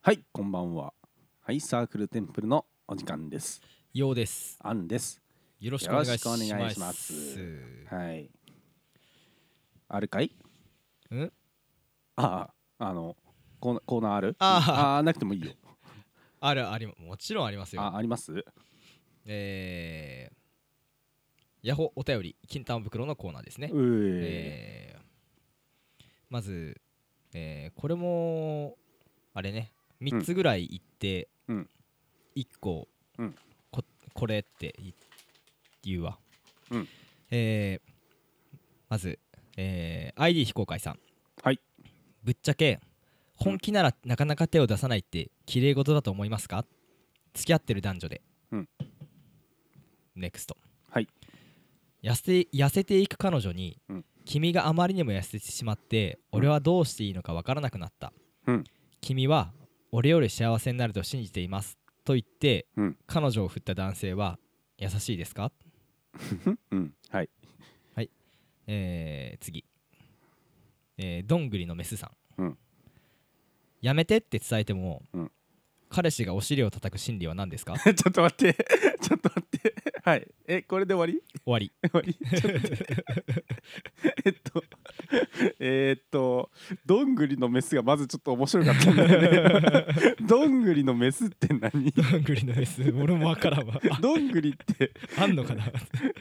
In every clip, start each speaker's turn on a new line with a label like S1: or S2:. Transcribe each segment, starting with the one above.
S1: はいこんばんははいサークルテンプルのお時間です
S2: ようです。
S1: アンです
S2: よろしくお願いします。
S1: よろしくお願いしますはいあるかい
S2: ん
S1: あああのコーナーコーナーある
S2: あー
S1: あーなくてもいいよ
S2: あるありもちろんあります
S1: あ
S2: よ。
S1: あります
S2: えー、ヤホお便り金玉袋のコーナーですね。
S1: うえ
S2: えーまず、えーこれもあれね3つぐらい言って、
S1: うん
S2: 1個、
S1: うん
S2: ここれってい言うわ、
S1: うん
S2: えーまず、えー ID 非公開さん
S1: はい
S2: ぶっちゃけ本気ならなかなか手を出さないって綺麗事だと思いますか付き合ってる男女で、
S1: うん
S2: ネクスト
S1: はい
S2: 痩せ痩せていく彼女に、
S1: うん
S2: 君があまりにも痩せてしまって
S1: うん
S2: 俺はどうしていいのかわからなくなった、
S1: うん
S2: 君は俺より幸せになると信じていますと言って、
S1: うん
S2: 彼女を振った男性は優しいですか、
S1: うんはい
S2: えー次、えーどんぐりのメスさん、
S1: うん
S2: やめてって伝えても、
S1: うん
S2: 彼氏がお尻を叩く心理は 何ですか
S1: ちょっと待ってちょっと待ってはいえこれで終わ
S2: 終わり
S1: り 終わりちょっと待って えっとえーっとどんぐりのメスがまずちょっと面白かったんだよね どんぐりのメスって何
S2: どんぐりの メス俺もわからんわあ
S1: どんぐりって
S2: あんのかな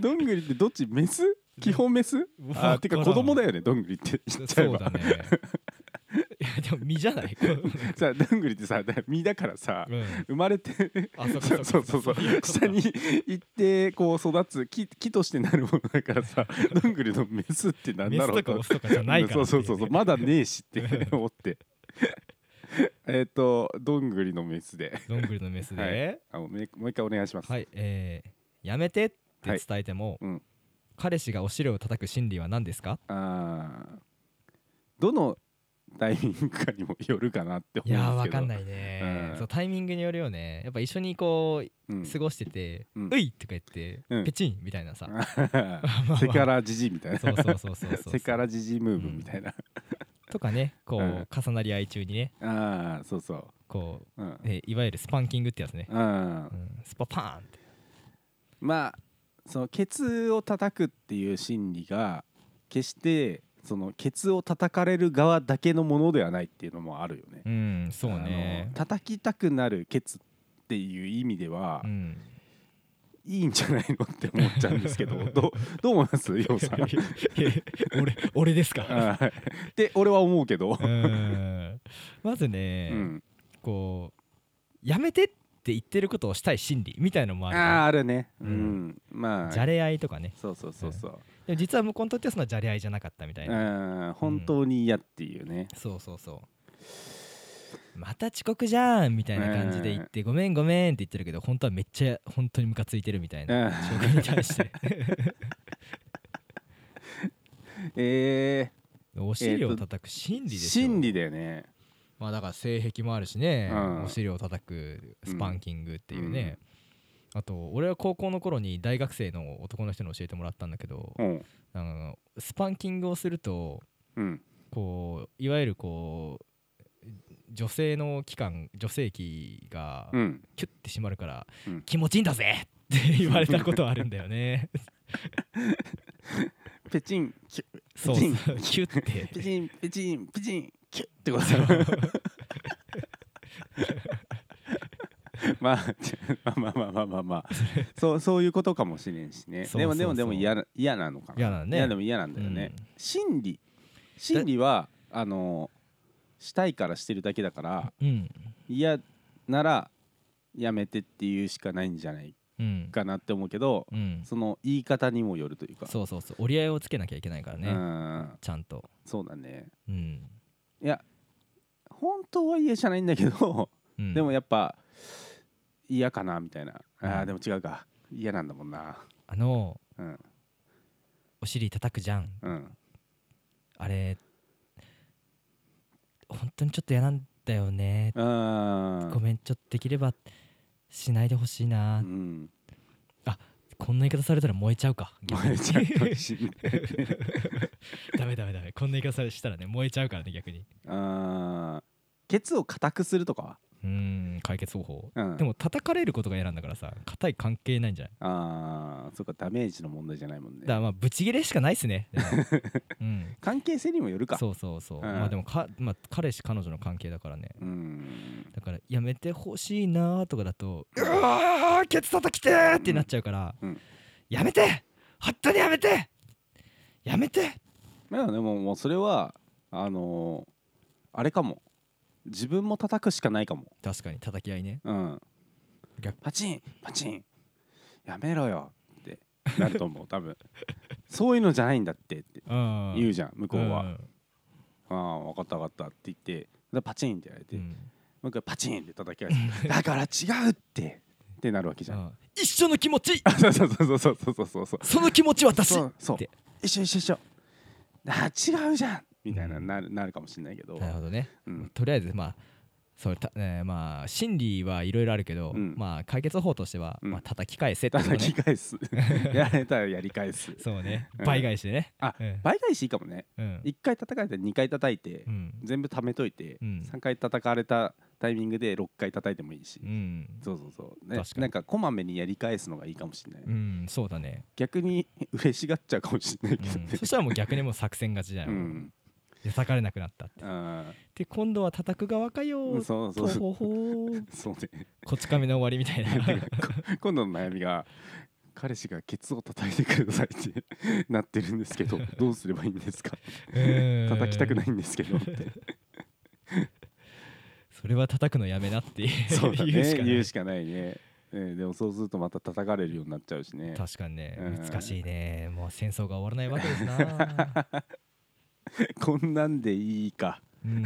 S1: どんぐりってどっちメス基本メス
S2: わから
S1: あ
S2: ん
S1: てか子供だよねどんぐりって言っちゃえ
S2: そう
S1: ば
S2: だねいやでも身じゃ ない、う
S1: さどんぐりってさだ身だからさ
S2: ん、
S1: 生まれて
S2: あそっ
S1: そうそ
S2: かそうう
S1: そ
S2: そ
S1: そ
S2: ううそうう
S1: 下に行ってこう育つ木木としてなるものだからさどんぐりのメスってなん
S2: メ
S1: だ
S2: ス
S1: ろう
S2: とかオスとかじゃないから
S1: そう
S2: って
S1: そ
S2: いう
S1: そ
S2: ね
S1: うそうまだねえしって思ってえっとどんぐりのメスで
S2: どんぐりのメスで、
S1: は
S2: はい
S1: あもうめもう一回お願いします、
S2: えーやめてって伝えても、
S1: はいうん
S2: 彼氏がお尻を叩く心理は何ですか
S1: あーどのタイミングかにもよるかなって
S2: い
S1: 思うんですけど、
S2: やーわかんないいね、
S1: うん
S2: そうタイミングによるよねやっぱ一緒にこ
S1: う、
S2: うん過ごしてて「
S1: う
S2: うんい!」とか言って、
S1: うん
S2: ペチンみたいなさ
S1: セカラジジイみたいな
S2: そうそうそうそうそう
S1: セカラジジイムーブみたいな、
S2: とかねこう、
S1: うん
S2: 重なり合い中にね
S1: ああそうそう
S2: こう、
S1: うん
S2: えーいわゆるスパンキングってやつね、
S1: うん
S2: うん、スパパーンって
S1: まあそのケツを叩くっていう心理が決してそのケツを叩かれる側だけのものではないっていうのもあるよね。
S2: うんそう
S1: あ
S2: ね
S1: の叩きたくなるケツっていう意味では、
S2: うん。
S1: いいんじゃないのって思っちゃうんですけ どどうどう思いますようさん
S2: 俺俺ですか
S1: はいって俺は思うけど。
S2: うんまず
S1: う
S2: ね、
S1: ん、
S2: こうやめてって言ってることをしたい心理みたいのも
S1: あ
S2: あ
S1: あ
S2: るね
S1: ーあるね。うん、
S2: うん
S1: ま
S2: じゃ
S1: あ
S2: れ合いとかね
S1: そうそうそうそう。
S2: でも実は向こうにとってはそのじゃれ合いじゃなかったみたい
S1: う
S2: な、
S1: ん、本当に嫌っていうね。
S2: そうそうそうまた遅刻じゃんみたいな感じで言って、ごめんごめんって言ってるけど本当はめっちゃ本当にムカついてるみたいな、
S1: うん
S2: 証拠に対して
S1: え
S2: お尻を叩く心
S1: ー、
S2: 理でしょ
S1: 心理だよね。
S2: まあだから性癖もあるしね、
S1: うん
S2: お尻を叩くスパンキングっていうね、あと俺は高校の頃に大学生の男の人に教えてもらったんだけど、
S1: うん。
S2: あのスパンキングをすると
S1: うん
S2: こういわゆるこう女性の器官女性器が
S1: うん、
S2: キュッて締まるから、
S1: うん
S2: 気持ちいいんだぜって言われたことはあるんだ よね
S1: ペチンキュッ
S2: そう
S1: ピチン
S2: そうキュッて
S1: ペチンペチンペチンキュッってことだまあちょまあまあまあまあまあそうそういうことかもしれんしね
S2: そうそうそう
S1: でもでもでも嫌な嫌なのかな
S2: 嫌だね
S1: 嫌でも嫌なんだよね、
S2: うん
S1: 心理心理はあのしたいからしてるだけだから
S2: うん
S1: 嫌ならやめてっていうしかないんじゃない
S2: うん
S1: かなって思うけど
S2: うん
S1: その言い方にもよるというか
S2: そうそうそう折り合いをつけなきゃいけないから
S1: う
S2: ね、
S1: ん
S2: ちゃんと
S1: そうだね
S2: うん、
S1: いや本当は嫌じゃないんだけど、
S2: うん、
S1: でもやっぱ嫌かなみたいな、あ
S2: う
S1: ー
S2: ん
S1: でも違うか嫌なんだもんな
S2: あの
S1: うん
S2: お尻叩くじゃん
S1: うん
S2: あれ本当にちょっと嫌なんだよね、
S1: あ
S2: ごめんちょっとできればしないでほしいな、
S1: ーうん
S2: こんな言い方されたら燃えちゃうか
S1: 燃えちゃうかもしんない
S2: ダメダメダメこんな言い方されしたらね燃えちゃうからね逆に
S1: あーケツを固くするとかは
S2: うーん解決方法、
S1: うん
S2: でも叩かれることが嫌なんだからさ硬い関係ないんじゃない
S1: ああそうかダメージの問題じゃないもんね
S2: だからまあブチギレしかないっすね、 でもうん、
S1: 関係性にもよるか
S2: そうそうそう、
S1: ん
S2: まあでもか、まあ、彼氏彼女の関係だからね
S1: うん
S2: だからやめてほしいなーとかだと「うわーケツ叩きてー!」ってなっちゃうから「
S1: うんうん
S2: やめて本当にやめてやめて!
S1: いやでももうそれはあのーあれかも自分も叩くしかないかも」
S2: 確かに叩き合いね
S1: うん
S2: 逆
S1: パチンパチンやめろよってなると 思う多分そういうのじゃないんだってって
S2: うん
S1: 言うじゃん向こうは、
S2: ん
S1: ああ分かった分かったって言ってでパチンってやられて、
S2: う
S1: も
S2: ん
S1: う一回パチンって叩き返すだから違うってってなるわけじゃん
S2: あ一緒の気持ち
S1: そうそうそうそうそうそうそうそう
S2: その気持ち私
S1: そうそう
S2: って
S1: 一緒一緒一緒あー違うじゃんみたいななるなるかもしれないけど
S2: なるほどね
S1: うん
S2: とりあえずまあそれた、えーまあ心理はいろいろあるけど、
S1: うん
S2: まあ解決方法としては、
S1: うん
S2: まあ叩き返せってこと
S1: 叩き
S2: ね
S1: 返 すやられたらやり返す
S2: そうね
S1: うん
S2: 倍返しでね
S1: あ
S2: うん
S1: 倍返しいいかもね
S2: うん
S1: 1回叩かれたら2回叩いて
S2: うん
S1: 全部貯めといて、
S2: うん
S1: 3回叩かれたタイミングで6回叩いてもいいし、
S2: うん
S1: そうそうそう、ね
S2: 確かに
S1: なんかこまめにやり返すのがいいかもしれない、
S2: うんそうだね
S1: 逆に嬉しがっちゃうかもしれない けど
S2: うん
S1: ね
S2: そしたらもう逆にもう作戦勝ちじゃ。
S1: うんん、
S2: で叩かれなくなったって。
S1: あ
S2: で今度は叩く側か
S1: ー
S2: よー。
S1: そうそ
S2: ほ
S1: う
S2: ほほー。
S1: そうね
S2: こち亀の終わりみたい
S1: なん
S2: な。。
S1: かこ今度の悩みが彼氏がケツを叩いてくださいってなってるんですけ どどうすればいいんですか叩きたくないいんですけどって
S2: それは叩くのやめなって
S1: そうだね
S2: 言うしかな
S1: 言う
S2: い
S1: し。かないねねでもそうするとまた叩かれるようになっちゃうしね
S2: 確かにね
S1: うん
S2: 難しいねもう戦争が終わらないわけで すな
S1: こんなんでいいか
S2: うん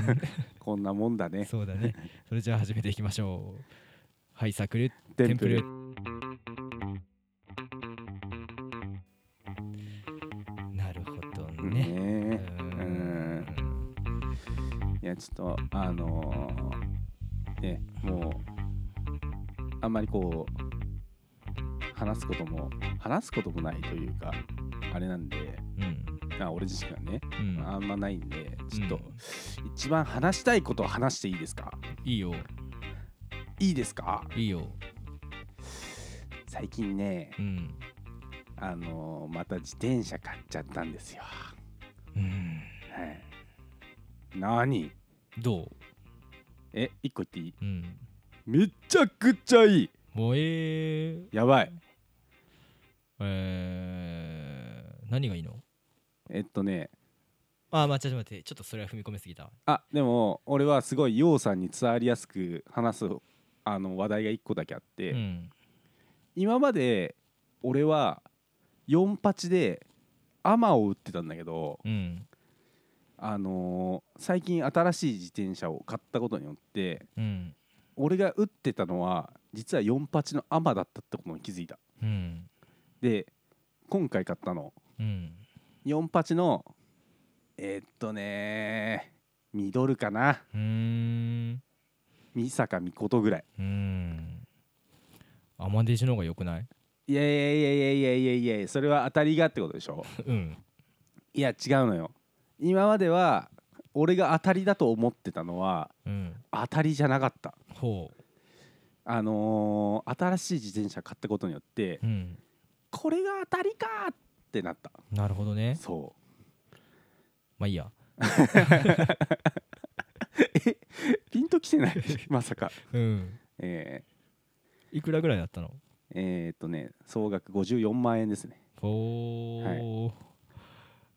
S1: こんなもんだね
S2: そうだねそれじゃあ始めていきましょうはいサクル
S1: テンプ
S2: テ
S1: ル
S2: ンなるほどね
S1: ね
S2: う
S1: え
S2: ん
S1: いやちょっとあのーねもうあんまりこう話すことも話すこともないというかあれなんで
S2: うん
S1: あ俺自身がね、
S2: うん
S1: あんまないんでちょっと、
S2: うん
S1: 一番話したいことを話していいですか
S2: いいよ
S1: いいですか
S2: いいよ
S1: 最近ね
S2: うん
S1: あのーまた自転車買っちゃったんですよ、
S2: うん
S1: はい、何
S2: どう
S1: え一個言っていい
S2: うん
S1: めちゃくちゃいい
S2: もうえー、
S1: やばい
S2: えー、何がいいの
S1: えっとね
S2: あ、まあ、ちょっと待って、ちょっとそれは踏み込みすぎた。
S1: あでも俺はすごいようさんに伝わりやすく話すあの話題が1個だけあって、
S2: うん。
S1: 今まで俺は4八でアマを打ってたんだけど、
S2: うん。
S1: あのー最近新しい自転車を買ったことによって
S2: うん。
S1: 俺が打ってたのは実は4八のアマだったってことに気づいた
S2: うん。
S1: で今回買ったの
S2: うん。
S1: 4八のえーっとねミドルかな
S2: うーん。
S1: 三坂美琴ぐらいう
S2: ーん。アマデジの方が良くない
S1: いやいやいやいやいやいやいやいやそれは当たりがってことでしょ
S2: うん。
S1: いや違うのよ今までは俺が当たりだと思ってたのは
S2: うん。
S1: 当たりじゃなかった
S2: ほ
S1: あのー新しい自転車買ったことによって
S2: う。うん。
S1: これが当たりかーってなった
S2: なるほどね。
S1: そ
S2: まあいいや。
S1: うピンときてない まさか
S2: うん。
S1: え
S2: いくらぐらいだったの
S1: ー、えー、っとね総額54万円ですね
S2: ほー。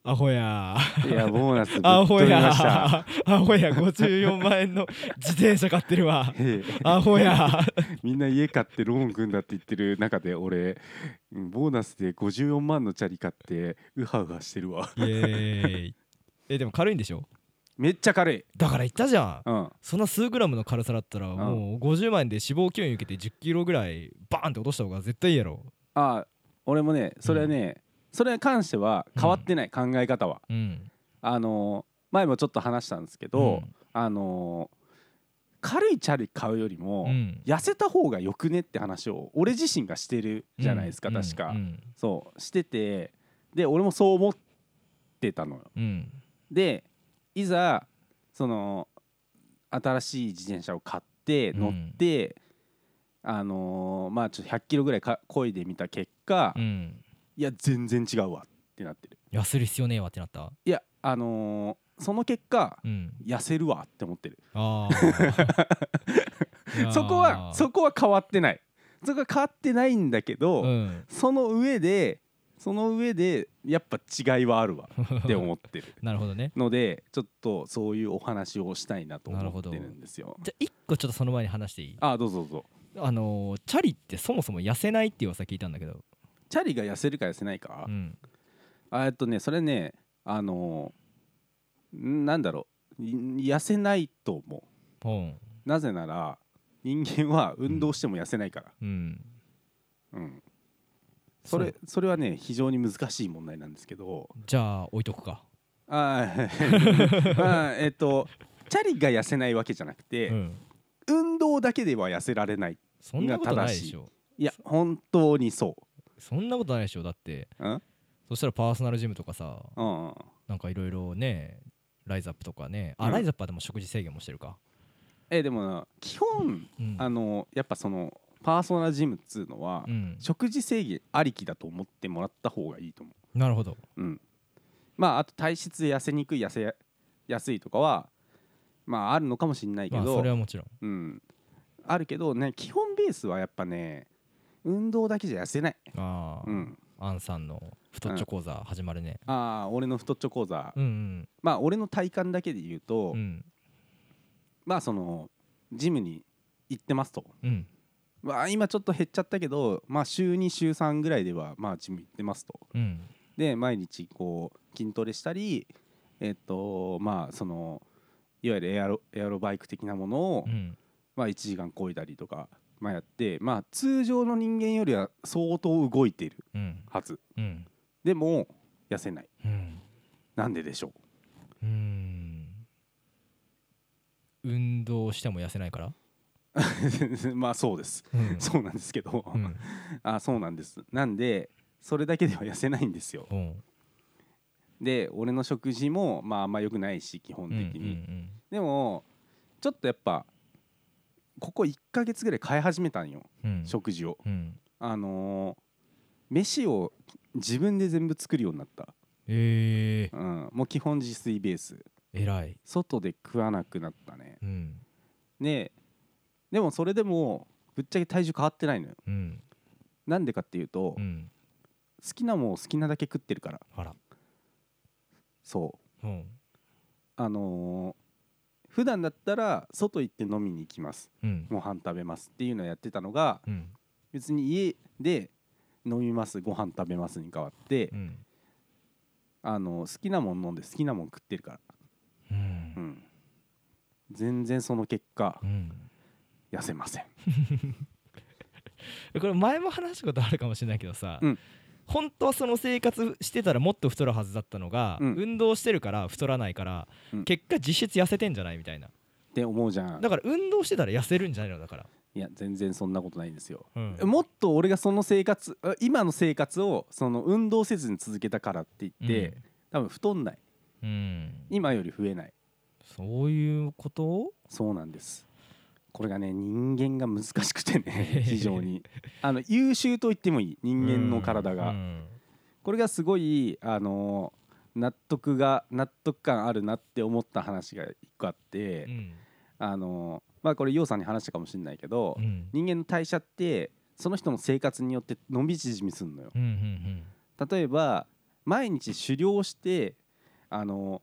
S2: アホやー。
S1: いやボーナスぶっ
S2: アホ
S1: 飛び
S2: や
S1: ました
S2: ー。アホや。54万円の自転車買ってる わ。
S1: ええ
S2: アホやー。
S1: みんな家買ってローン組んだって言ってる中で俺うんボーナスで54万のチャリ買ってウハウハしてるわ
S2: イエーイ。え、でも軽いんでしょ
S1: めっちゃ軽い
S2: だから言ったじゃん。
S1: うん
S2: そんな数グラムの軽さだったら
S1: ん
S2: もう50万円で死亡吸引受けて10キロぐらいバーンって落とした方が絶対いいやろ
S1: あ俺もねそれはね、それに関しては変わってない、考え方は
S2: うん
S1: あのー前もちょっと話したんですけど、
S2: うん
S1: あのー軽いチャリ買うよりも、
S2: うん
S1: 痩せた方がよくねって話を俺自身がしてるじゃないですか、
S2: うん
S1: 確か、
S2: うん
S1: そうしててで俺もそう思ってたのよ
S2: うん
S1: でいざその新しい自転車を買っって
S2: うん
S1: 乗って、あのーまあちょっと100キロぐらいか漕いでみた結果、
S2: うん
S1: いや全然違うわってなってる
S2: 痩せる必要ねえわってなった
S1: いやあのーその結果
S2: うん
S1: 痩せるわって思ってる
S2: あ ーいやー
S1: そこはそこは変わってないそこは変わってないんだけど、
S2: うん
S1: その上でその上でやっぱ違いはあるわって思ってる
S2: なるほどね
S1: のでちょっとそういうお話をしたいなと
S2: なる
S1: 思っ
S2: ほど
S1: てるんですよ
S2: じゃあ一個ちょっとその前に話していい
S1: あどうぞどうぞ
S2: あのーチャリってそもそも痩せないっていう噂聞いたんだけど
S1: チャリが痩せるか痩せないか、
S2: うん
S1: あえっとねそれねあのーんなんだろうい痩せないと思
S2: うん
S1: うなぜなら人間は運動しても痩せないから、
S2: うん
S1: うんそれ
S2: う
S1: それはね非常に難しい問題なんですけど
S2: じゃあ置いとくか
S1: あー まあえっとチャリが痩せないわけじゃなくて、
S2: うん
S1: 運動だけでは痩せられない
S2: そんなことないでしょ
S1: いや本当にそ
S2: そんなことないでしょだって
S1: ううん
S2: そしたらパーソナルジムとかさ
S1: うん
S2: なんかいろいろねライズアップとかねあ、
S1: うん
S2: ライズアップはでも食事制限もしてるか
S1: えでもな基本
S2: うん
S1: あのやっぱそのパーソナルジムっつうのは、
S2: うん
S1: 食事制限ありきだと思ってもらった方がいいと思
S2: なるほど
S1: う、うん、まああと体質で痩せにくい痩せややすいとかはまああるのかもしれないけ
S2: まあ
S1: ど、
S2: それはもちろん
S1: うん、あるけどね基本ベースはやっぱね運動だけじゃ痩せない、
S2: ああ、
S1: うん、
S2: アンさんの太っちょ講座始まるね
S1: ああ俺の太っちょ講座、
S2: うん
S1: まあ俺の体感だけで言うと、
S2: うんうん
S1: まあそのジムに行ってますと、
S2: うん
S1: まあ、今ちょっと減っちゃったけど、まあ、週2週3ぐらいではまあジム行ってますと
S2: うん
S1: で毎日こう筋トレしたりえっとまあそのいわゆるエアロエアロバイク的なものを、
S2: うん
S1: まあ、1時間こいだりとか、まあ、やって、まあ、通常の人間よりは相当動いてる
S2: うん
S1: はず
S2: うん
S1: でも痩せない
S2: うん
S1: なんででしょう
S2: うーん運動しても痩せないから、
S1: まあそう です、
S2: う ん
S1: そうなんですけど、
S2: うん
S1: あそうなんですなんでそれだけでは痩せないんですよ
S2: うん
S1: で俺の食事もまああんま良くないし基本
S2: うんう
S1: 的
S2: んう
S1: に、
S2: ん
S1: でもちょっとやっぱここ1ヶ月ぐらい変え始めたんよ、
S2: うん
S1: 食事を
S2: うん
S1: あのー飯を自分で全部作るようになった、
S2: え
S1: うん、もう基本自炊ベース
S2: え偉い
S1: 外で食わなくなったね
S2: うん
S1: ねでもそれでもぶっちゃけ体重変わってないのよ
S2: うん
S1: なんでかっていうと、
S2: うん
S1: 好きなもんを好きなだけ食ってるから
S2: あら
S1: そう
S2: うん
S1: あのー普段だったら外行って飲みに行きます
S2: うん
S1: ご飯食べますっていうのをやってたのが
S2: うん
S1: 別に家で飲みますご飯食べますに変わって、
S2: うん
S1: あの好きなもん飲んで好きなもん食ってるから、
S2: う
S1: うんん、全然その結果
S2: うん
S1: 痩せません
S2: これ前も話したことあるかもしれないけどさ、
S1: うん
S2: 本当はその生活してたらもっと太るはずだったのが、
S1: うん
S2: 運動してるから太らないから、
S1: うん
S2: 結果実質痩せてんじゃないみたいな
S1: って思うじゃん
S2: だから運動してたら痩せるんじゃないのだから、
S1: いや全然そんなことないんですよ
S2: うん
S1: もっと俺がその生活あ今の生活をその運動せずに続けたからって言って、多分太んない
S2: うんうん
S1: 今より増えない
S2: そういうこと
S1: そうなんですこれがね人間が難しくて ね非常にあの優秀と言ってもいい人間の体が、
S2: うん
S1: これがすごいあの納得が納得感あるなって思った話が一個あって、
S2: うん
S1: あのまあこれようさんに話したかもしれないけど、
S2: うんうん
S1: 人間の代謝ってその人の生活によって伸び縮みするのよ
S2: うんうん
S1: 例えば毎日狩猟してあの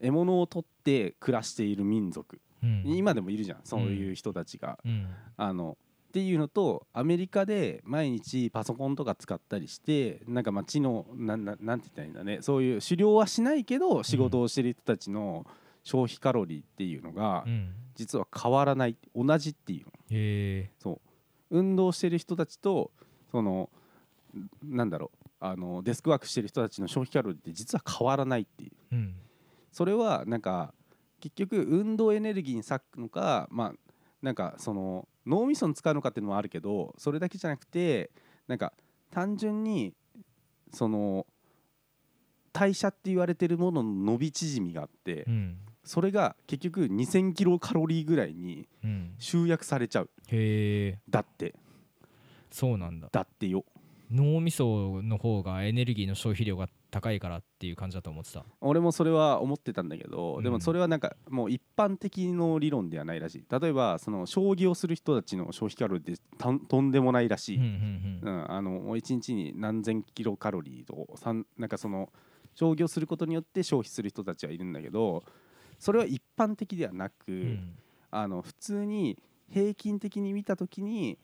S1: 獲物を取って暮らしている民族
S2: うんうん
S1: 今でもいるじゃんそういう人たちが、
S2: うん
S1: あのっていうのとアメリカで毎日パソコンとか使ったりしてなんかまあ知能なんなんなんて言ったらいいんだねそういう狩猟はしないけど仕事をしてる人たちの消費カロリーっていうのが
S2: うん
S1: 実は変わらない同じっていうの
S2: へえ
S1: そう運動してる人たちとそのなんだろうあのデスクワークしてる人たちの消費カロリーって実は変わらないっていう
S2: うん
S1: それはなんか結局運動エネルギーに割くのかまあなんかその脳みそに使うのかっていうのもあるけどそれだけじゃなくてなんか単純にその代謝って言われてるものの伸び縮みがあって
S2: うん
S1: それが結局2000キロカロリーぐらいに
S2: うん、
S1: 集約されちゃう
S2: へえ
S1: だって
S2: そうなんだ
S1: だってよ
S2: 脳みその方がエネルギーの消費量が高いからっていう感じだと思ってた
S1: 俺もそれは思ってたんだけど、
S2: うん
S1: でもそれはなんかもう一般的の理論ではないらしい例えばその将棋をする人たちの消費カロリーってたんとんでもないらしい、
S2: うんうん
S1: うんあのもう1日に何千キロカロリーとさんなんかその商業することによって消費する人たちはいるんだけどそれは一般的ではなく、
S2: うんうん
S1: あの普通に平均的に見た時に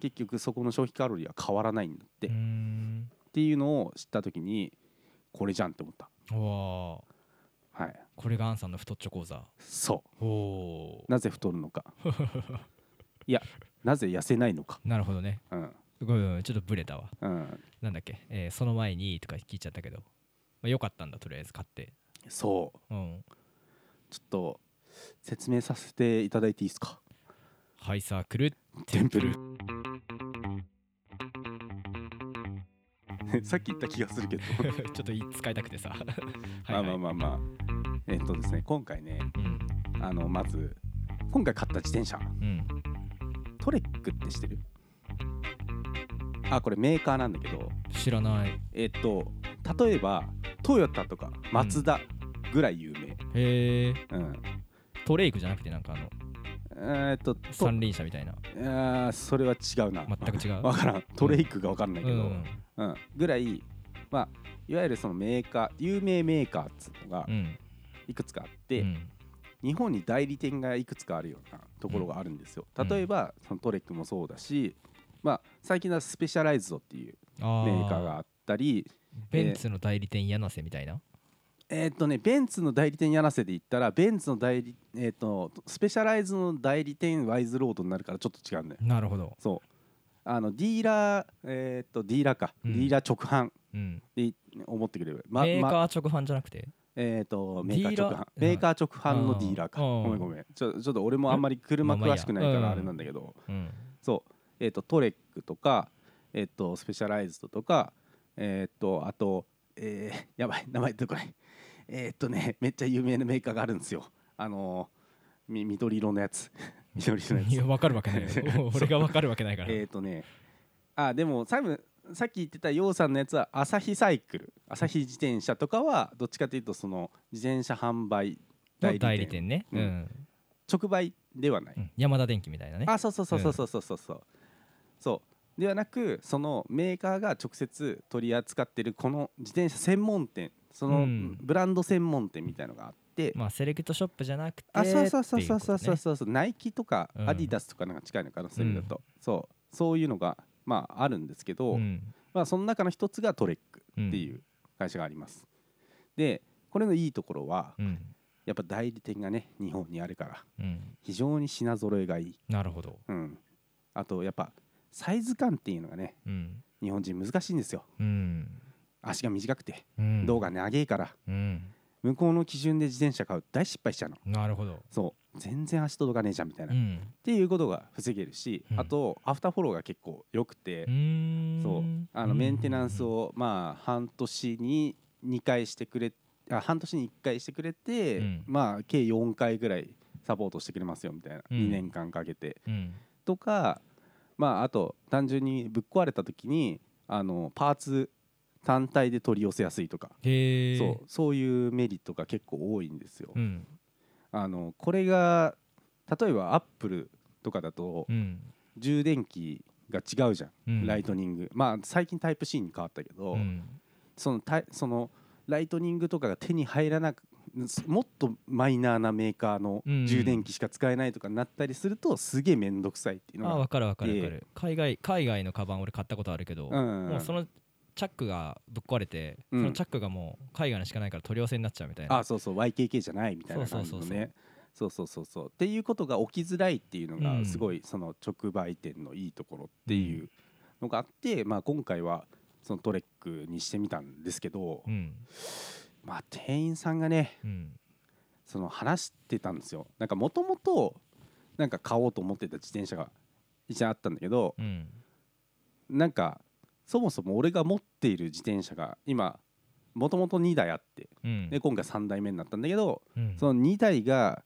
S1: 結局そこの消費カロリーは変わらないんだって、
S2: う
S1: っ
S2: ーん
S1: ていうのを知った時にこれじゃんって思った
S2: うわあ
S1: はい
S2: これがアンさんの太っちょ講座
S1: そ
S2: おお
S1: うなぜ太るの かいやなぜ痩せないのか
S2: なるほどね
S1: うん
S2: ごめんごめんちょっとブレたわ
S1: うん
S2: なんだっけ、えーその前にとか聞いちゃったけど、まあ、よかったんだとりあえず買って
S1: そう
S2: うん
S1: ちょっと説明させていただいていいですか
S2: ハイサークル
S1: テンプ ル さっき言った気がするけど
S2: ちょっとい使いた くてさはい、
S1: まあまあまあまあえっとですね今回ね
S2: あうん
S1: あのまず今回買った自転車
S2: うん
S1: トレックってしてるあこれメーカーなんだけど
S2: 知らない
S1: えっと例えばトヨタとかマツダぐらい有名
S2: へえ
S1: うん、
S2: トレイクじゃなくてなんかあの
S1: えーっとと
S2: 三輪車みたいな
S1: あーそれは違うな
S2: 全く違う
S1: 分からんトレイクが分かんないけど、
S2: うん
S1: うん、ぐらい、まあ、いわゆるそのメーカー有名メーカーっつうのが
S2: うん
S1: いくつかあっ
S2: う
S1: て、
S2: ん
S1: 日本に代理店がいくつかあるようなところがあるんですよ、
S2: うん
S1: 例えばそのトレックもそうだし、まあ、最近はスペシャライズドっていう
S2: あ
S1: メ
S2: ー
S1: ーカーがあったり
S2: ベンツの代理店柳瀬みたいな
S1: えーっとねベンツの代理店柳瀬で言ったらベンツの代理、えーっとスペシャライズの代理店ワイズロードになるからちょっと違うんだよ
S2: なるほど
S1: そうあのディーラーえーっとディーラーか、
S2: うん
S1: ディーラー直販
S2: うん
S1: で思ってくれれば、ま
S2: メー
S1: ま
S2: カー直販じゃなくて
S1: えー、とメ
S2: デ
S1: ー
S2: ィ
S1: カー
S2: ー
S1: 直
S2: ラー
S1: 販メーカー直販のディーラーか、
S2: あー
S1: ごめんごめんちょちょっと俺もあんまり車
S2: えまあまあ
S1: 詳
S2: いいや
S1: しくないか
S2: うん
S1: らあれなんだけど、
S2: うん
S1: そう、えー、とトレックとか、えー、とスペシャライズドとか、えー、とあと、えー やばい名前出てこないえっ、とねめっちゃ有名なメーカーがあるんですよあのーみ緑色のやつ 緑色の
S2: いや
S1: やつ
S2: 分かるわけな いよ俺が分かるわけないから
S1: えっ、とねあでも多分さっき言ってたようさんのやつは朝日サイクル朝日自転車とかはどっちかというとその自転車販売代理店
S2: の代理店ね、う
S1: うんん直売ではない、
S2: うん山田電機みたいなね
S1: あそうそうそうそうそうそうそうそうそうではなくそのメーカーが直接取り扱ってるこの自転車専門店そうの
S2: ん
S1: ブランド専門店みたいのがあって、
S2: まあセレクトショップじゃなくて
S1: あそうそうそうそうそう
S2: ってい
S1: そうそうそ
S2: ことね
S1: うナイキとか
S2: うん
S1: アディダスとかなんか近いのかな、そういう意味だとそうそういうのがまああるんですけど、
S2: うん
S1: まあその中の一つがトレック
S2: うん
S1: っていう会社があります、でこれのいいところは
S2: うん
S1: やっぱ代理店がね日本にあるから
S2: うん
S1: 非常に品揃えがいい
S2: なるほど
S1: うん、あとやっぱサイズ感っていうのがね
S2: うん
S1: 日本人難しいんですよ
S2: うん
S1: 足が短くて
S2: うん
S1: 胴が長いから
S2: うん
S1: 向こうの基準で自転車買うと大失敗しちゃうの
S2: なるほど
S1: そう全然足届かねえじゃんみたいな、
S2: う
S1: っ
S2: ん
S1: ていうことが防げるし、
S2: うん
S1: あとアフターフォローが結構良くて、
S2: うーん
S1: そうあのメンテナンスをまあ半年に2回してくれあ半年に1回してくれて、
S2: うん
S1: まあ計4回ぐらいサポートしてくれますよみたいな、
S2: うん
S1: 2年間かけて
S2: うん
S1: とか、まあ、あと単純にぶっ壊れた時にあのパーツ単体で取り寄せやすいとか、
S2: へえ
S1: そうそういうメリットが結構多いんですよ。
S2: うん
S1: あのこれが例えばアップルとかだと
S2: うん
S1: 充電器が違うじゃん、
S2: うん
S1: ライトニングまあ最近タイプ C に変わったけど、
S2: うん
S1: そのタイそのライトニングとかが手に入らなくもっとマイナーなメーカーの
S2: うん
S1: 充電器しか使えないとかになったりするとすげえ面倒くさいっていうの
S2: あ
S1: が
S2: 分かる分か
S1: え
S2: る
S1: え
S2: 分かる海外海外のカバン俺買ったことあるけど
S1: うんうんうん
S2: もうそのチャックがぶっ壊れてそ
S1: うん
S2: のチャックがもう海外のしかないから取り寄せになっちゃうみたいな
S1: あそうそう YKK じゃないみたいな
S2: そ
S1: 感
S2: う
S1: じ
S2: そう
S1: の
S2: そうそう
S1: ねそうそうそうそうっていうことが起きづらいっていうの
S2: うん
S1: がすごいその直売店のいいところっていうのがあって、まあ、今回はそのトレックにしてみたんですけど、
S2: うん
S1: まあ、店員さんがね
S2: うん
S1: その話してたんですよなんかもともとなんか買おうと思ってた自転車が一台あったんだけど
S2: うん
S1: なんかそもそも俺が持っている自転車が今もともと2台あって
S2: うん
S1: で今回3台目になったんだけど
S2: うん
S1: その2台が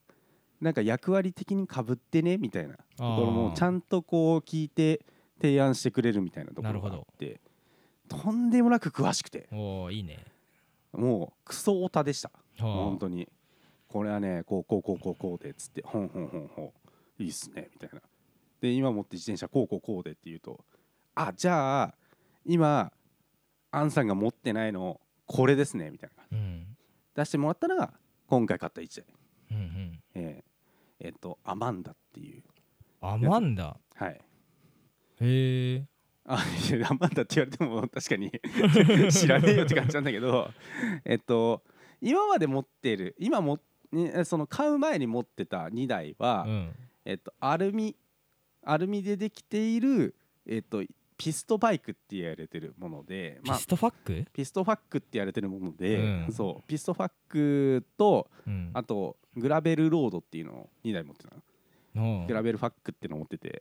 S1: なんか役割的にかぶってねみたいなところもちゃんとこう聞いて提案してくれるみたいなところがあってとんでもなく詳しくて
S2: おおいいね
S1: もうクソオタでした本
S2: は
S1: 当にこれはねこうこうこうこうこうでっつってほんほんほんほんいいっすねみたいなで今持って自転車こうこうこうでって言うとあじゃあ今アンさんが持ってないのこれですねみたいな
S2: あうん
S1: 出してもらったのが今回買った1台
S2: うんうん
S1: えーえっとアマンダっていう
S2: アマンダ
S1: はい
S2: へえ
S1: あいやアマンダって言われても確か に 知らねえよって感じなんだけどえっと今まで持ってる今もねその買う前に持ってた2台は、
S2: うん
S1: えっと、アルミアルミでできている、えっと、ピストバイクって言われてるもので、ま
S2: ピ
S1: あ
S2: ス、トファック
S1: ピストファックって言われてるもので、
S2: うん
S1: そうピストファックと
S2: うん
S1: あとグラベルロードっていうのを2台持ってたの
S2: おう
S1: グラベルファックっていうのを持って て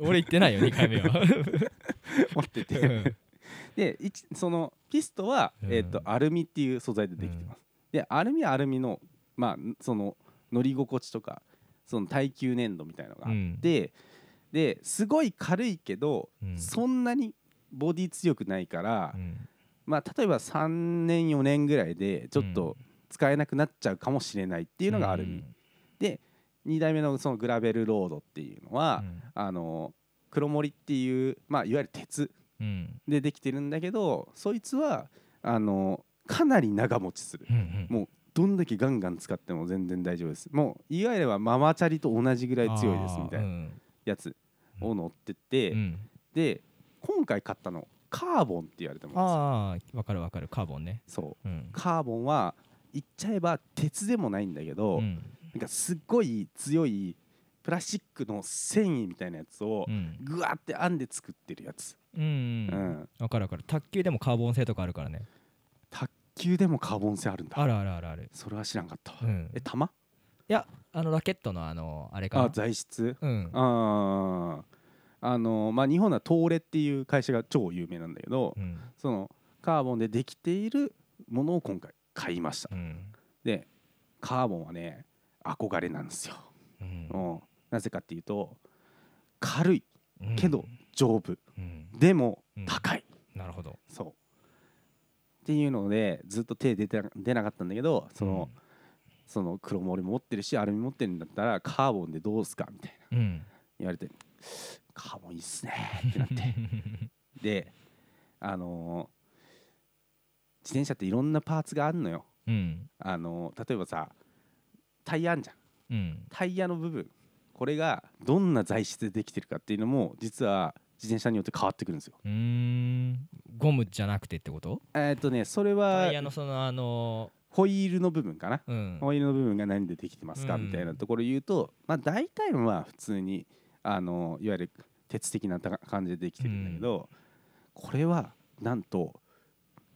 S2: 俺行ってないよ2回目 は
S1: 持って
S2: う
S1: て
S2: ん
S1: で一そのピストは、
S2: うん
S1: えっと、アルミっていう素材でできてます、でアルミはアルミのまあその乗り心地とかその耐久粘度みたいのがあって、ですごい軽いけど
S2: うん
S1: そんなにボディ強くないから、
S2: うん
S1: まあ、例えば3年4年ぐらいでちょっと使えなくなっちゃうかもしれないっていうのがアルミ、2代目のそのグラベルロードっていうのは、あの黒森っていう、まあ、いわゆる鉄
S2: うんうん
S1: でできてるんだけどそいつはあのかなり長持ちする
S2: うんうん
S1: もうどんだけガンガン使っても全然大丈夫ですもういわゆるはママチャリと同じぐらい強いですみたい
S2: あーう
S1: なんやつを乗ってて、
S2: うん
S1: で今回買ったのカーボンって言われてます
S2: ああわかるわかるカーボンね
S1: そう
S2: うん
S1: カーボンは言っちゃえば鉄でもないんだけど、
S2: うん
S1: なんかすっごい強いプラスチックの繊維みたいなやつを
S2: うん
S1: ぐわって編んで作ってるやつ、
S2: うん
S1: うん
S2: うんわかるわかる卓球でもカーボン製とかあるからね
S1: 卓球でもカーボン性あるんだ
S2: あるあるあるある
S1: それは知らんかったわ、
S2: うん
S1: え玉
S2: いやあのラケットのあのあれか
S1: あ
S2: な
S1: 材質
S2: うん
S1: あーあのまあ日本では東レっていう会社が超有名なんだけど、
S2: うん
S1: そのカーボンでできているものを今回買いました
S2: うん
S1: でカーボンはね憧れなんですよ
S2: うん
S1: うん、なぜかっていうと軽いけど丈夫、
S2: うん
S1: でも
S2: うん
S1: 高い、
S2: なるほど
S1: そうっていうのでずっと手出てな出なかったんだけどその,、その黒森も持ってるしアルミ持ってるんだったらカーボンでどうすかみたいな
S2: うんうん
S1: 言われてカーボンいいっすねってなって であのー自転車っていろんなパーツがあるのよ
S2: うん
S1: あのー例えばさタイヤあんじゃん
S2: うん
S1: タイヤの部分これがどんな材質でできてるかっていうのも実は自転車によって変わってくるんですよ。
S2: うーんゴムじゃなくてってこと
S1: えーっとねそれ
S2: タ
S1: は
S2: イヤのそのあの
S1: ホイールの部分かな、
S2: うん
S1: ホイールの部分が何でできてますか
S2: うん
S1: みたいなところ言うと、まあ、大体は普通にあのいわゆる鉄的なた感じでできてるんだけど、これはなんと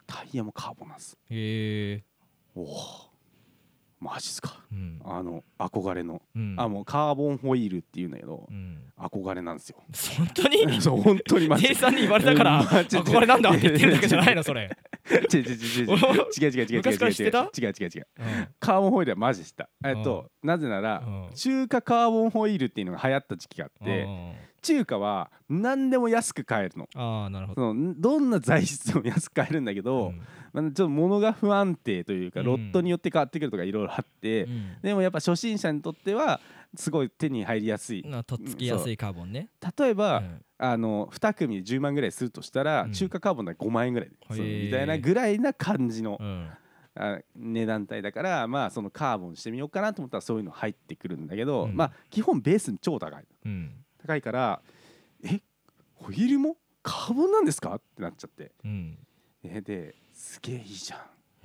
S1: タイヤもカーボンなんです。
S2: へえ
S1: おおマジっすか
S2: うん
S1: あの憧れの、
S2: うん
S1: あもうカーボンホイールっていうんだけど、
S2: うん
S1: 憧れなんですよ。
S2: 本当 に
S1: そう本当にマジ
S2: 店員さんに言われたか
S1: う
S2: ら
S1: んマジで
S2: 憧れなんだって言ってる だけじゃないのそれ
S1: 違う違う違う違う違う違う違う違う違う違う違う違う違う
S2: うん
S1: カーボンホイールはマジでしたえっとなぜなら
S2: うん
S1: 中華カーボンホイールっていうのが流行った時期があって
S2: うん
S1: 中華は何でも安く買えるの
S2: ああなるほ
S1: その
S2: ど
S1: んどんな材質でも安く買えるんだけど、
S2: うん
S1: まあ、ちょっと物が不安定というか
S2: うん
S1: ロットによって変わってくるとかいろいろあって、
S2: うん
S1: でもやっぱ初心者にとってはすごい手に入りやすい
S2: なとっつきやすいカーボンね
S1: 例えば、
S2: うん
S1: あの2組で10万ぐらいするとしたら、
S2: うん
S1: 中華カーボンだと5万円ぐらいで、
S2: へー
S1: そうみたいなぐらいな感じの
S2: うん
S1: あ値段帯だからまあそのカーボンしてみようかなと思ったらそういうの入ってくるんだけど、
S2: うん
S1: まあ基本ベース超高い
S2: うん
S1: 高いからえホイールもカーボンなんですかってなっちゃって
S2: うん
S1: えですげえいいじゃ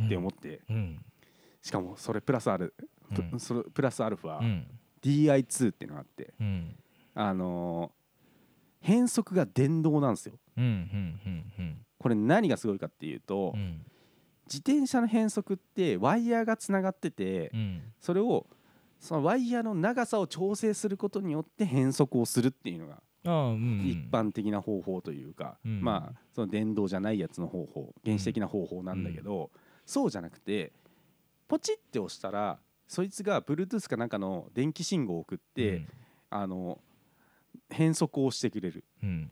S1: んって思って、
S2: うん
S1: しかもそれプラスアル、プ
S2: うん
S1: それプラスアルファ、
S2: うん
S1: DI2 っていうのがあって
S2: うんうん
S1: あのー変速が電動なんですよ
S2: うんうんうん
S1: これ何がすごいかっていうと、
S2: うん
S1: 自転車の変速ってワイヤーがつながってて、
S2: うん
S1: それをそのワイヤーの長さを調整することによって変速をするっていうのが
S2: ああうん
S1: 一般的な方法というか、
S2: うん
S1: まあその電動じゃないやつの方法原始的な方法なんだけど、そうじゃなくてポチって押したらそいつが Bluetooth かなんかの電気信号を送って、あの変速をしてくれる
S2: うん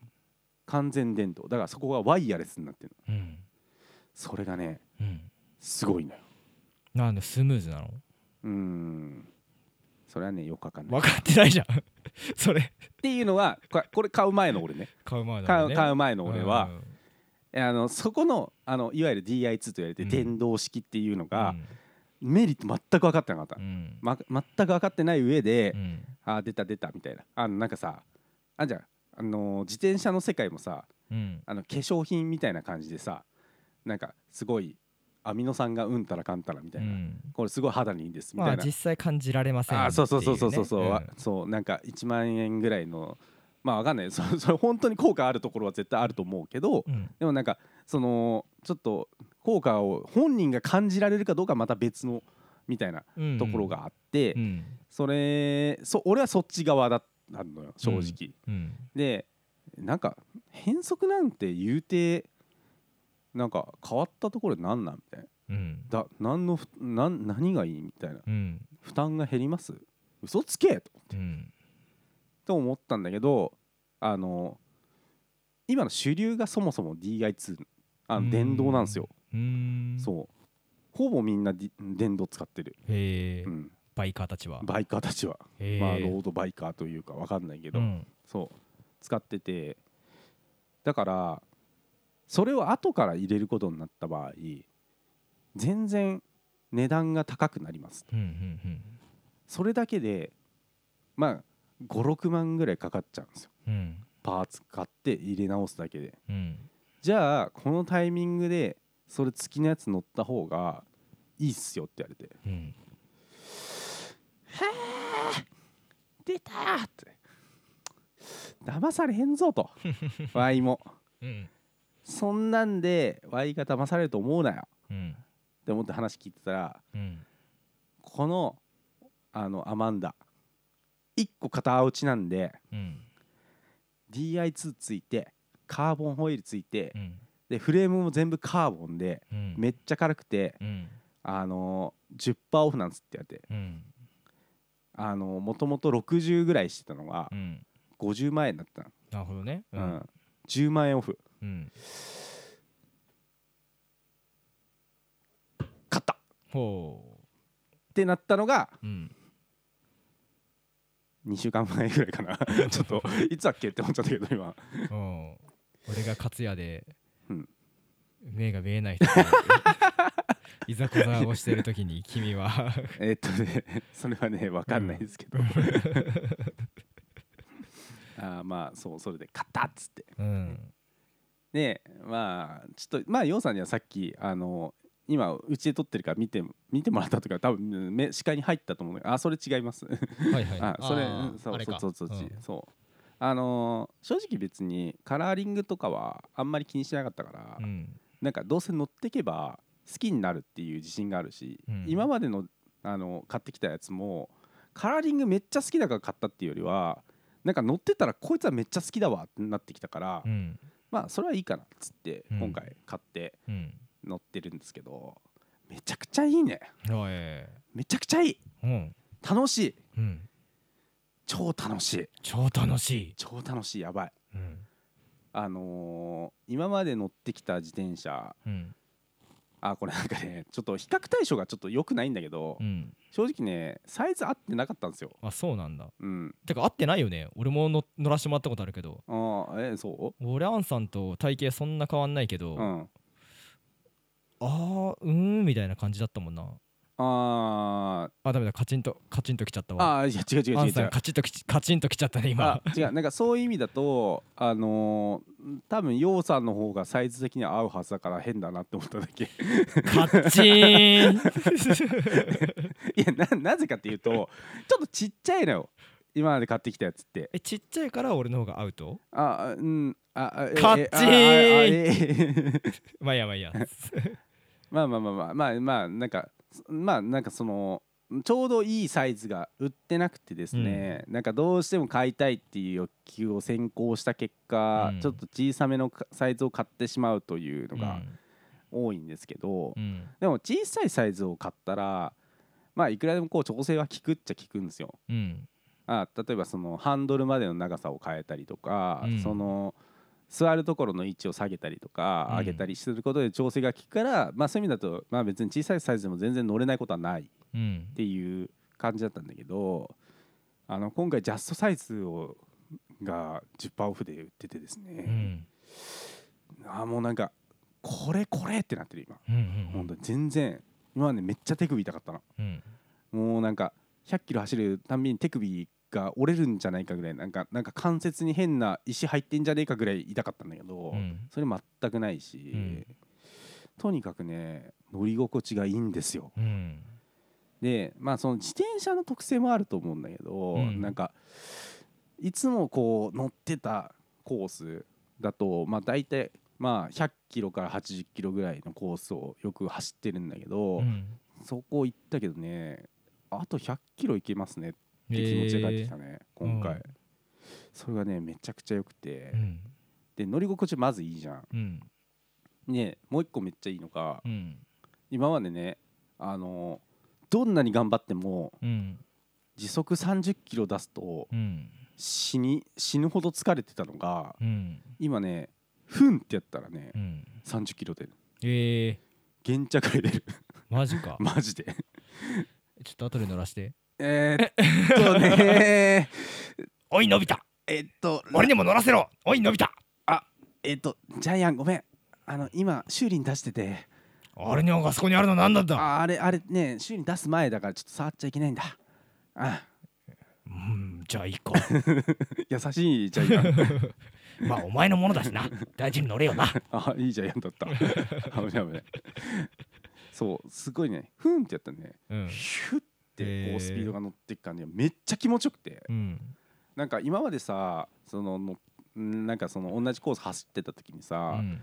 S1: 完全電動だからそこがワイヤレスになってるの
S2: うん
S1: それがね
S2: うん
S1: すごいのよ
S2: なんでスムーズなの
S1: うーんそれはねよくわかんない
S2: 分かってないじゃん それ
S1: っていうのはこれこれ買う前の俺ね
S2: 買う前だ
S1: 買
S2: もん
S1: う
S2: ね
S1: 買う前の俺は
S2: う、ん
S1: えあのそこのあのいわゆる DI2 と言われて
S2: うん
S1: 電動式っていうの
S2: う
S1: が、
S2: ん
S1: メリット全く分かってなかった
S2: う、ん
S1: ま、全く分かってない上で、
S2: うん
S1: あー出た出たみたいなあのなんかさあんじゃんあのー自転車の世界もさ
S2: うん
S1: あの化粧品みたいな感じでさなんかすごいアミノ酸がうんたらかんたらみたいな、
S2: うん
S1: これすごい肌にいいんですみ
S2: ま
S1: た
S2: あ
S1: いな、
S2: 実際感じられません
S1: あーそうそうそうそうそうそう、
S2: っていね
S1: わそうなんか1万円ぐらいのまあわかんないそそれ本当に効果あるところは絶対あると思うけど、
S2: うんうん
S1: でもなんかそのちょっと効果を本人が感じられるかどうかはまた別のみたいな
S2: うんうん
S1: ところがあって、
S2: うん
S1: それそ俺はそっち側だったのよ正直、
S2: うん
S1: でなんか変則なんて言うてなんか変わったところで何なんみたいな
S2: うん
S1: だ何のふなん何がいいみたいな
S2: うん
S1: 負担が減ります嘘つけと
S2: うん
S1: と思ったんだけどあの今の主流がそもそも DI2 あ
S2: うん
S1: の電動なんですよ
S2: うん
S1: そうほぼみんなディ電動使ってる、
S2: へえ
S1: うん、
S2: バイカーたちは
S1: バイカーたちは、
S2: へえ
S1: まあ、ロードバイカーというかわかんないけど、
S2: うん
S1: そう使っててだからそれを後から入れることになった場合全然値段が高くなります
S2: うんうん
S1: それだけでまあ56万ぐらいかかっちゃうんですよ
S2: うんうん
S1: パーツ買って入れ直すだけで
S2: うん
S1: じゃあこのタイミングでそれ付きのやつ乗った方がいいっすよって言われて
S2: うん
S1: 出たーって騙されへんぞ とワイも
S2: うん
S1: そんなんでワイが騙されると思うなよ
S2: うん
S1: って思って話聞いてたら
S2: うん
S1: このあのアマンダ1個片落ちなんで
S2: うん
S1: DI2 ついてカーボンホイールついて
S2: うん
S1: でフレームも全部カーボンで
S2: うん
S1: めっちゃ軽くて
S2: うん
S1: あの10%オフなんつって言われて
S2: うん
S1: あのもともと60ぐらいしてたのが
S2: うん
S1: 50万円だった
S2: なるほどねう
S1: の、うんん、10万円オフ
S2: うん
S1: 買ったっ
S2: ほ
S1: てなったのが
S2: ううん
S1: 2週間前ぐらいか なちょっといつだっけって思っちゃったけど今
S2: うん俺が勝也で
S1: うん
S2: 目が見 えない人にいざこざをしてるときに君 は
S1: えっとねそれはね分かんないですけ どあーまあそうそれで買ったっつって
S2: うん
S1: でまあちょっとまあヨウさんにはさっきあの今うちで撮ってるから見て見てもらったとか多分目視界に入ったと思うんだけどあそれ違います
S2: はいはい
S1: あそれ
S2: ー
S1: うんそう
S2: あれ
S1: そう
S2: か
S1: そうそう
S2: うん
S1: そうあのー正直別にカラーリングとかはあんまり気にしてなかったから、
S2: うん
S1: なんかどうせ乗ってけば好きになるっていう自信があるし、
S2: うん
S1: 今までのあの買ってきたやつもカラーリングめっちゃ好きだから買ったっていうよりはなんか乗ってたらこいつはめっちゃ好きだわってなってきたから、
S2: うん
S1: まあそれはいいかなっつって
S2: うん
S1: 今回買って
S2: うん
S1: 乗ってるんですけど、めちゃくちゃいいね
S2: おい
S1: めちゃくちゃいい
S2: うん
S1: 楽しい
S2: うん
S1: 超楽しい
S2: 超楽しい
S1: 超楽しいやばい
S2: うん
S1: あのー今まで乗ってきた自転車
S2: うん
S1: あこれなんかねちょっと比較対象がちょっと良くないんだけど、
S2: うん
S1: 正直ねサイズ合ってなかったんですよ
S2: あそうなんだ
S1: うん
S2: てか合ってないよね俺もの乗らしてもらったことあるけど
S1: あーえそ
S2: 俺アンさんと体型そんな変わんないけ
S1: う
S2: ど、
S1: う
S2: あ
S1: ん
S2: あーうーんみたいな感じだったもんな
S1: あー
S2: あダメだカチンとカチンときちゃったわ
S1: あーいや違う違
S2: ア
S1: う違う
S2: ン
S1: 違
S2: さん
S1: う
S2: カチンときちカチンときちゃったね今
S1: あ違うなんかそういう意味だとあのー多分ようさんの方がサイズ的には合うはずだから変だなって思っただけ い
S2: カチン
S1: やななぜかっていうとちょっとちっちゃいのよ今まで買ってきたやつって
S2: えちっちゃいから俺の方がアウト
S1: あうんああええ
S2: かっちー
S1: あああえ
S2: まあいいやまあいいや
S1: まあまあまあまあまあまあなんかまあなんかそのちょうどいいサイズが売ってなくてですね、なんかどうしても買いたいっていう欲求を先行した結果、
S2: うん
S1: ちょっと小さめのかサイズを買ってしまうというのが多いんですけど、
S2: うん
S1: でも小さいサイズを買ったらまあいくらでもこう調整は効くっちゃ効くんですよ。
S2: うん
S1: あ例えばそのハンドルまでの長さを変えたりとか、
S2: うん
S1: その座るところの位置を下げたりとか
S2: うん
S1: 上げたりすることで調整が効くから、まあそういう意味だと、まあ、別に小さいサイズでも全然乗れないことはないっ
S2: うん
S1: ていう感じだったんだけどあの今回ジャストサイズをが10%オフで売っててです
S2: う
S1: ね、
S2: ん
S1: ああもうなんかこれこれってなってる今
S2: うん
S1: 本当に全然今までめっちゃ手首痛かったの
S2: うんうん
S1: もうなんか100キロ走るたんびに手首が折れるんじゃないかぐらいなんかなんか関節に変な石入ってんじゃねえかぐらい痛かったんだけど、
S2: うん
S1: それ全くないし、
S2: うん
S1: とにかくね乗り心地がいいんですよ
S2: うん
S1: でまあその自転車の特性もあると思うんだけど、
S2: うん
S1: なんかいつもこう乗ってたコースだとまあ大体まあ100キロから80キロぐらいのコースをよく走ってるんだけど、
S2: うん
S1: そこ行ったけどねあと100キロ行けますねって気持ちが返ってきたね、今回、
S2: うん
S1: それがねめちゃくちゃ良くて、
S2: えーうん
S1: で乗り心地まずいいじゃん
S2: うん
S1: ねもう一個めっちゃいいのが、
S2: うん
S1: 今までねあのどんなに頑張っても
S2: うん
S1: 時速30キロ出すと
S2: うん
S1: 死に死ぬほど疲れてたのが
S2: うん
S1: 今ねふんってやったらね
S2: うん
S1: 30キロで
S2: ええ
S1: 現着で出る
S2: マジか
S1: マジで
S2: ちょっと後で乗らして
S1: えーっとね
S2: おいのび太
S1: えっと
S2: 俺にも乗らせろおいのび太
S1: えっと、ジャイアンごめん。あの、今、修理に出してて、
S2: 俺にもあそこにあるの何なんだ
S1: ああれ、あれね、修理に出す前だからちょっと触っちゃいけないんだ。あ
S2: うんじゃあいいか
S1: 優しいジャイアン。
S2: まあお前のものだしな大事に乗れよな
S1: あいいジャイアンだ った。危ない危ない。そう、すごいね、ふんってやったらね、
S2: うん
S1: ヒュッて
S2: へ
S1: こ
S2: ー
S1: うスピードが乗っていく感じがめっちゃ気持ちよくて、
S2: うん
S1: なんか今までさ、その、のなんかその同じコース走ってた時に
S2: う
S1: さ、
S2: ん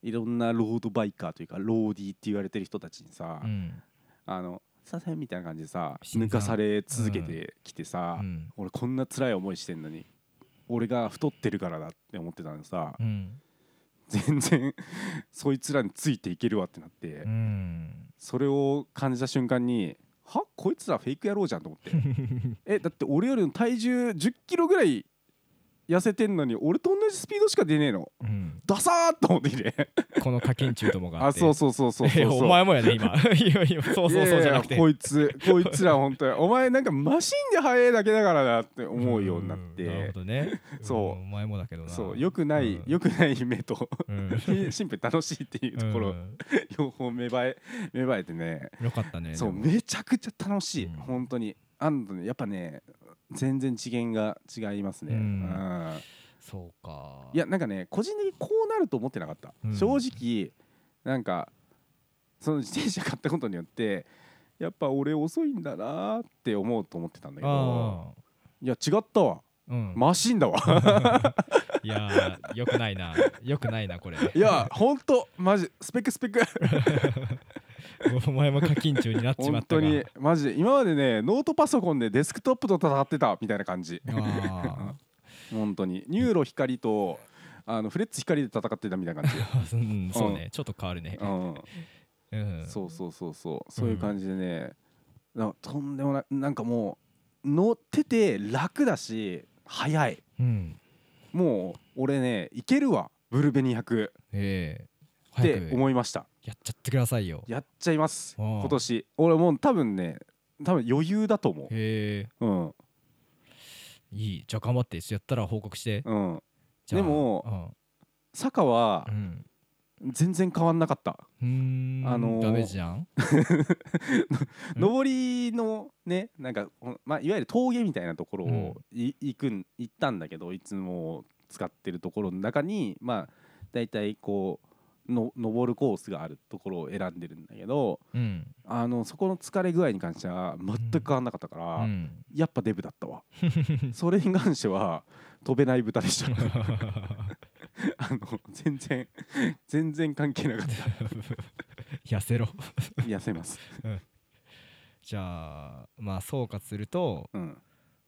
S1: いろんなロードバイカーというかローディーって言われてる人たちにさ、
S2: うん
S1: あの「させん」みたいな感じでさ
S2: 新
S1: 抜
S2: 参
S1: かされ続けてきてさ、
S2: うん
S1: 俺こんな辛い思いしてんのに俺が太ってるからだって思ってたのにさ、
S2: うん
S1: 全然 そいつらについていけるわってなって、
S2: うん
S1: それを感じた瞬間に「はこいつらフェイク野郎じゃん」と 思ってえだって俺よりの体重1 0キロぐらい痩せてんのに俺と同じスピードしか出ねえの
S2: うん
S1: ダサーっと思ってきて
S2: この課金中どもがあ
S1: あ
S2: って
S1: そうそうそうそうそう
S2: いや
S1: そう
S2: お前もやで今いやいやそうそうそうじゃなくて
S1: いやいやこいつこいつら本当にお前なんかマシンで速いだけだからなって思うようになっ
S2: んなる
S1: て
S2: ほどね
S1: そうん
S2: お前もだけどな
S1: そう良くない、
S2: うん
S1: 良くない目と
S2: うん
S1: シンプルに楽 しいっていうところ、
S2: うん
S1: 両方芽生え芽生えてね
S2: よかったね
S1: そう
S2: でも
S1: めちゃくちゃ楽しい、
S2: うん
S1: 本当にあんのねやっぱね全然次元が違いますね、
S2: う
S1: うんん
S2: そうか
S1: いやなんかね個人的にこうなると思ってなかった、
S2: うん
S1: 正直なんかその自転車買ったことによってやっぱ俺遅いんだなーって思うと思ってたんだけど
S2: あ
S1: いや違ったわ
S2: あうん
S1: マシンだ わ
S2: いやーよくないなよくないなこれ
S1: いやほんとマジスペックスペッ ク
S2: お前も課金中になっち
S1: 本
S2: まった
S1: 当
S2: が
S1: にマジで今までねノートパソコンでデスクトップと戦ってたみたいな感じ
S2: あ
S1: 本当にニューロ光とあのフレッツ光で戦ってたみたいな感 じ、
S2: ーうんそうねちょっと変わるね
S1: う
S2: うん
S1: ん、そうそうそうそうそういう感じでね、なとんでもないなんかもう乗ってて楽だし速い
S2: うん
S1: もう俺ねいけるわブルベ200
S2: ええ
S1: っ
S2: 早
S1: て
S2: く
S1: 思いました
S2: やっちゃってくださいよ
S1: やっちゃいます
S2: あー
S1: 今年俺もう多分ね多分余裕だと思
S2: へえ
S1: ううん
S2: いいじゃあ頑張ってやったら報告して
S1: うん
S2: じゃあ
S1: でも坂は
S2: うんうん
S1: 全然変わんなかった、
S2: うーん
S1: あのー
S2: ダメじゃんうん
S1: 上りのねなんか、ほんまあ、いわゆる峠みたいなところ
S2: うん
S1: をい行くん行ったんだけどいつも使ってるところの中にまあ大体こうの登るコースがあるところを選んでるんだけど
S2: うん
S1: あのそこの疲れ具合に関しては全く変わんなかったから、
S2: うん
S1: やっぱデブだったわそれに関しては飛べない豚でした あの全然全然関係なかっ
S2: 痩せろ
S1: た痩せます
S2: じゃあまあ総括すると
S1: うん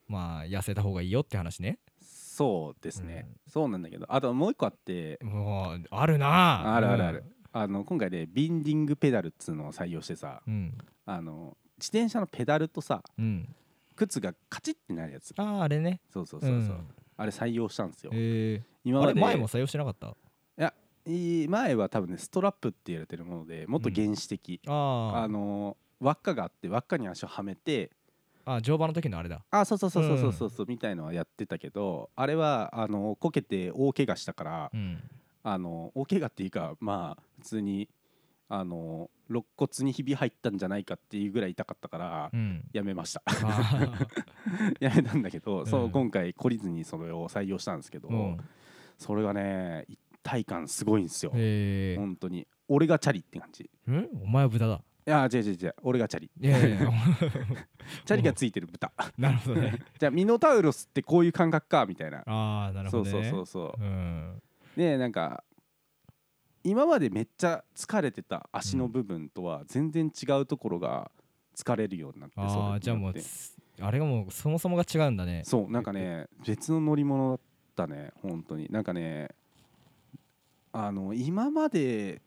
S2: まあ痩せた方がいいよって話ね
S1: そうですね、そうなんだけどあともう一個あって
S2: もうあるな
S1: あるあるある、あの今回でビンディングペダルっつうのを採用してさ
S2: うん
S1: あの自転車のペダルとさ
S2: うん
S1: 靴がカチッってなるやつ
S2: あああれね
S1: そうそうそうそう、
S2: ん
S1: あれ採用したんですよ
S2: え
S1: 今
S2: ー、あ
S1: ま
S2: れ
S1: で
S2: 前も採用してなかった
S1: いい前は多分ねストラップって言われてるものでもっと原始的、あ
S2: あー
S1: の輪っかがあって輪っかに足をはめて
S2: あ乗馬の時のあれだ
S1: あそうそうそうそうそうそうそうみたいのはやってたけど、あれはあのこけて大怪我したから、
S2: うん
S1: あの大怪我っていうかまあ普通にあの肋骨にひび入ったんじゃないかっていうぐらい痛かったから、
S2: うん
S1: やめました
S2: あ
S1: やめたんだけど、そううん今回懲りずにそれを採用したんですけど、
S2: ーうん
S1: それがね一体感すごいんですよ、
S2: えー
S1: 本当に俺がチャリって感じい
S2: うんお前は豚だ
S1: や違う違う違う俺がチャリ
S2: いやいや いや
S1: チャリがついてる豚
S2: なるほどね
S1: じゃあミノタウロスってこういう感覚かみたいな
S2: ああなる
S1: そ
S2: ほ
S1: う
S2: どね
S1: そうそうそう
S2: うん
S1: でなんか今までめっちゃ疲れてた足の部分とは全然違うところが疲れるようになってそれに
S2: あ
S1: なっ
S2: あ
S1: て
S2: じゃあもうつあれがもうそもそもが違うんだね
S1: そうなんかね別の乗り物だったね本当になんかねあの今まで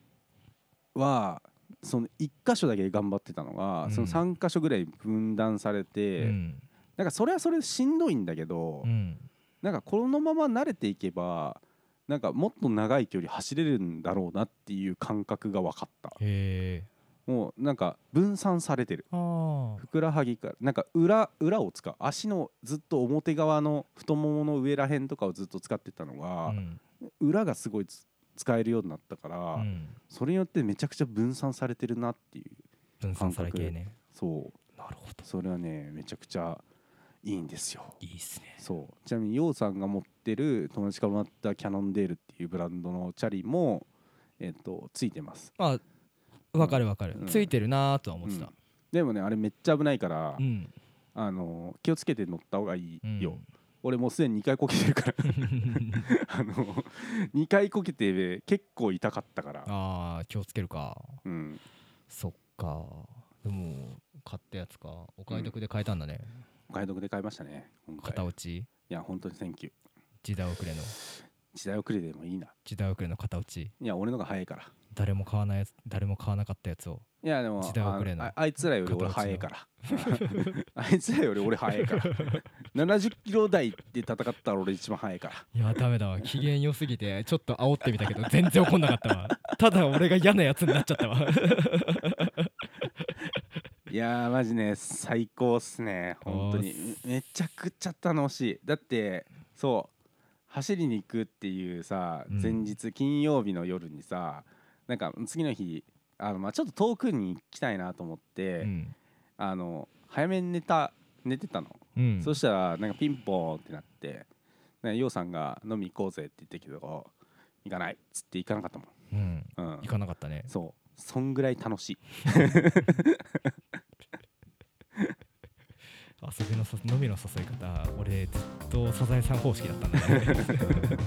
S1: はその1箇所だけ頑張ってたのが、
S2: うん
S1: その3箇所ぐらい分断され
S2: う
S1: て、
S2: ん
S1: なんかそれはそれでしんどいんだけど、
S2: うん
S1: なんかこのまま慣れていけばなんかもっと長い距離走れるんだろうなっていう感覚が分かった
S2: へえ
S1: もうなんか分散されてる
S2: あ
S1: ふくらはぎからなんか裏裏を使う足のずっと表側の太ももの上らへんとかをずっと使ってたのが
S2: あう、ん
S1: 裏がすごいつ使えるようになったから、
S2: うん
S1: それによってめちゃくちゃ分散されてるなっていう
S2: 分散され系ね
S1: そう
S2: なるほど
S1: それはねめちゃくちゃいいんですよ
S2: いいっすね
S1: そうちなみにヨウさんが持ってる友達からもらったキャノンデールっていうブランドのチャリも、えっとついてます
S2: まあわかるわかる、
S1: うん
S2: ついてるなーとは思ってた
S1: でもねあれめっちゃ危ないから、
S2: うん、
S1: あの気をつけて乗った方がい
S2: うん
S1: いよ、俺もうすでに2回こけてるからあの2回こけて結構痛かったから、
S2: ああ気をつけるか
S1: うん、
S2: そっかでも買ったやつかお買い得で買えたんだね、
S1: お買い得で買いましたね今回
S2: 片落ち
S1: いや本当にセンキュー
S2: 時代遅れの
S1: 時代遅れでもいいな
S2: 時代遅れの片落ち
S1: いや俺のが早いから
S2: 誰も買わないやつ誰も買わなかったやつを
S1: いやでも
S2: 時代遅れの
S1: あああいつらより俺早いから あいつらより俺早いから70キロ台で戦ったら俺一番早いから
S2: いやダメだわ機嫌良すぎてちょっと煽ってみたけど全然怒んなかったわただ俺が嫌なやつになっちゃったわ
S1: いやーマジね最高っすね本当に
S2: おー
S1: めめちゃくちゃ楽しいだってそう走りに行くっていうさ
S2: うん
S1: 前日金曜日の夜にさ、なんか次の日あの、まあ、ちょっと遠くに行きたいなと思って、
S2: うん、
S1: あの早めに寝た寝てたの、
S2: うん、
S1: そしたらなんかピンポーンってなってねようさんが飲み行こうぜって言ったけど行かないっつって行かなかったも
S2: うん
S1: ん、うん
S2: 行、かなかったね
S1: そうそんぐらい楽しい
S2: 遊びのさ飲みの誘い方俺ずっとサザエさん方式だったんだね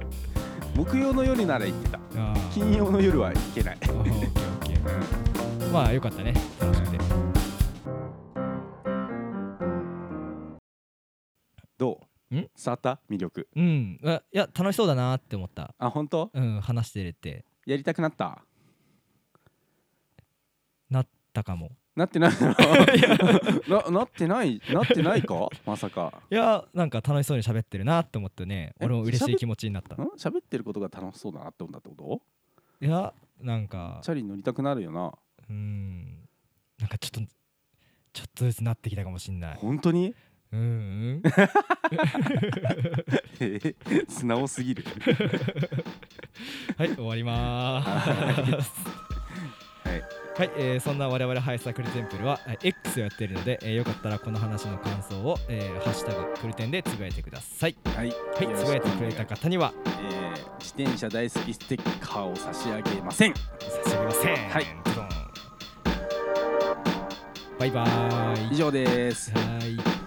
S1: 木曜の夜なら行ってた
S2: あー
S1: 金曜の夜は行けない
S2: あーオッケーオッケー
S1: うん
S2: まあよかったね楽しくて
S1: どうん伝わった魅力
S2: うんあいや楽しそうだなって思った
S1: あ本当
S2: うん話してれて
S1: やりたくなった
S2: なったかも
S1: なってない のななってないなってないかまさか
S2: いやなんか楽しそうに喋ってるなって思ってね
S1: え
S2: 俺も嬉しい気持ちになった
S1: ん喋ってることが楽しそうだなって思ったってこ
S2: いやなんか
S1: とチャリ乗りたくなるよな
S2: うんなんかちょっとちょっとずつなってきたかもしんない
S1: 本当に
S2: うんうん
S1: え素直すぎる
S2: はい終わりまー す
S1: はい
S2: はい、えーそんな我々ハイサークルテンプルはえー X をやっているので、えーよかったらこの話の感想を、えーハッシュタグクルテンでつぶやいてください
S1: はい、
S2: はいつぶやいてくれた方には
S1: えー自転車大好きステッカーを差し上げません
S2: 差し上げません
S1: はい
S2: ドドンバイバーイ
S1: 以上です
S2: はい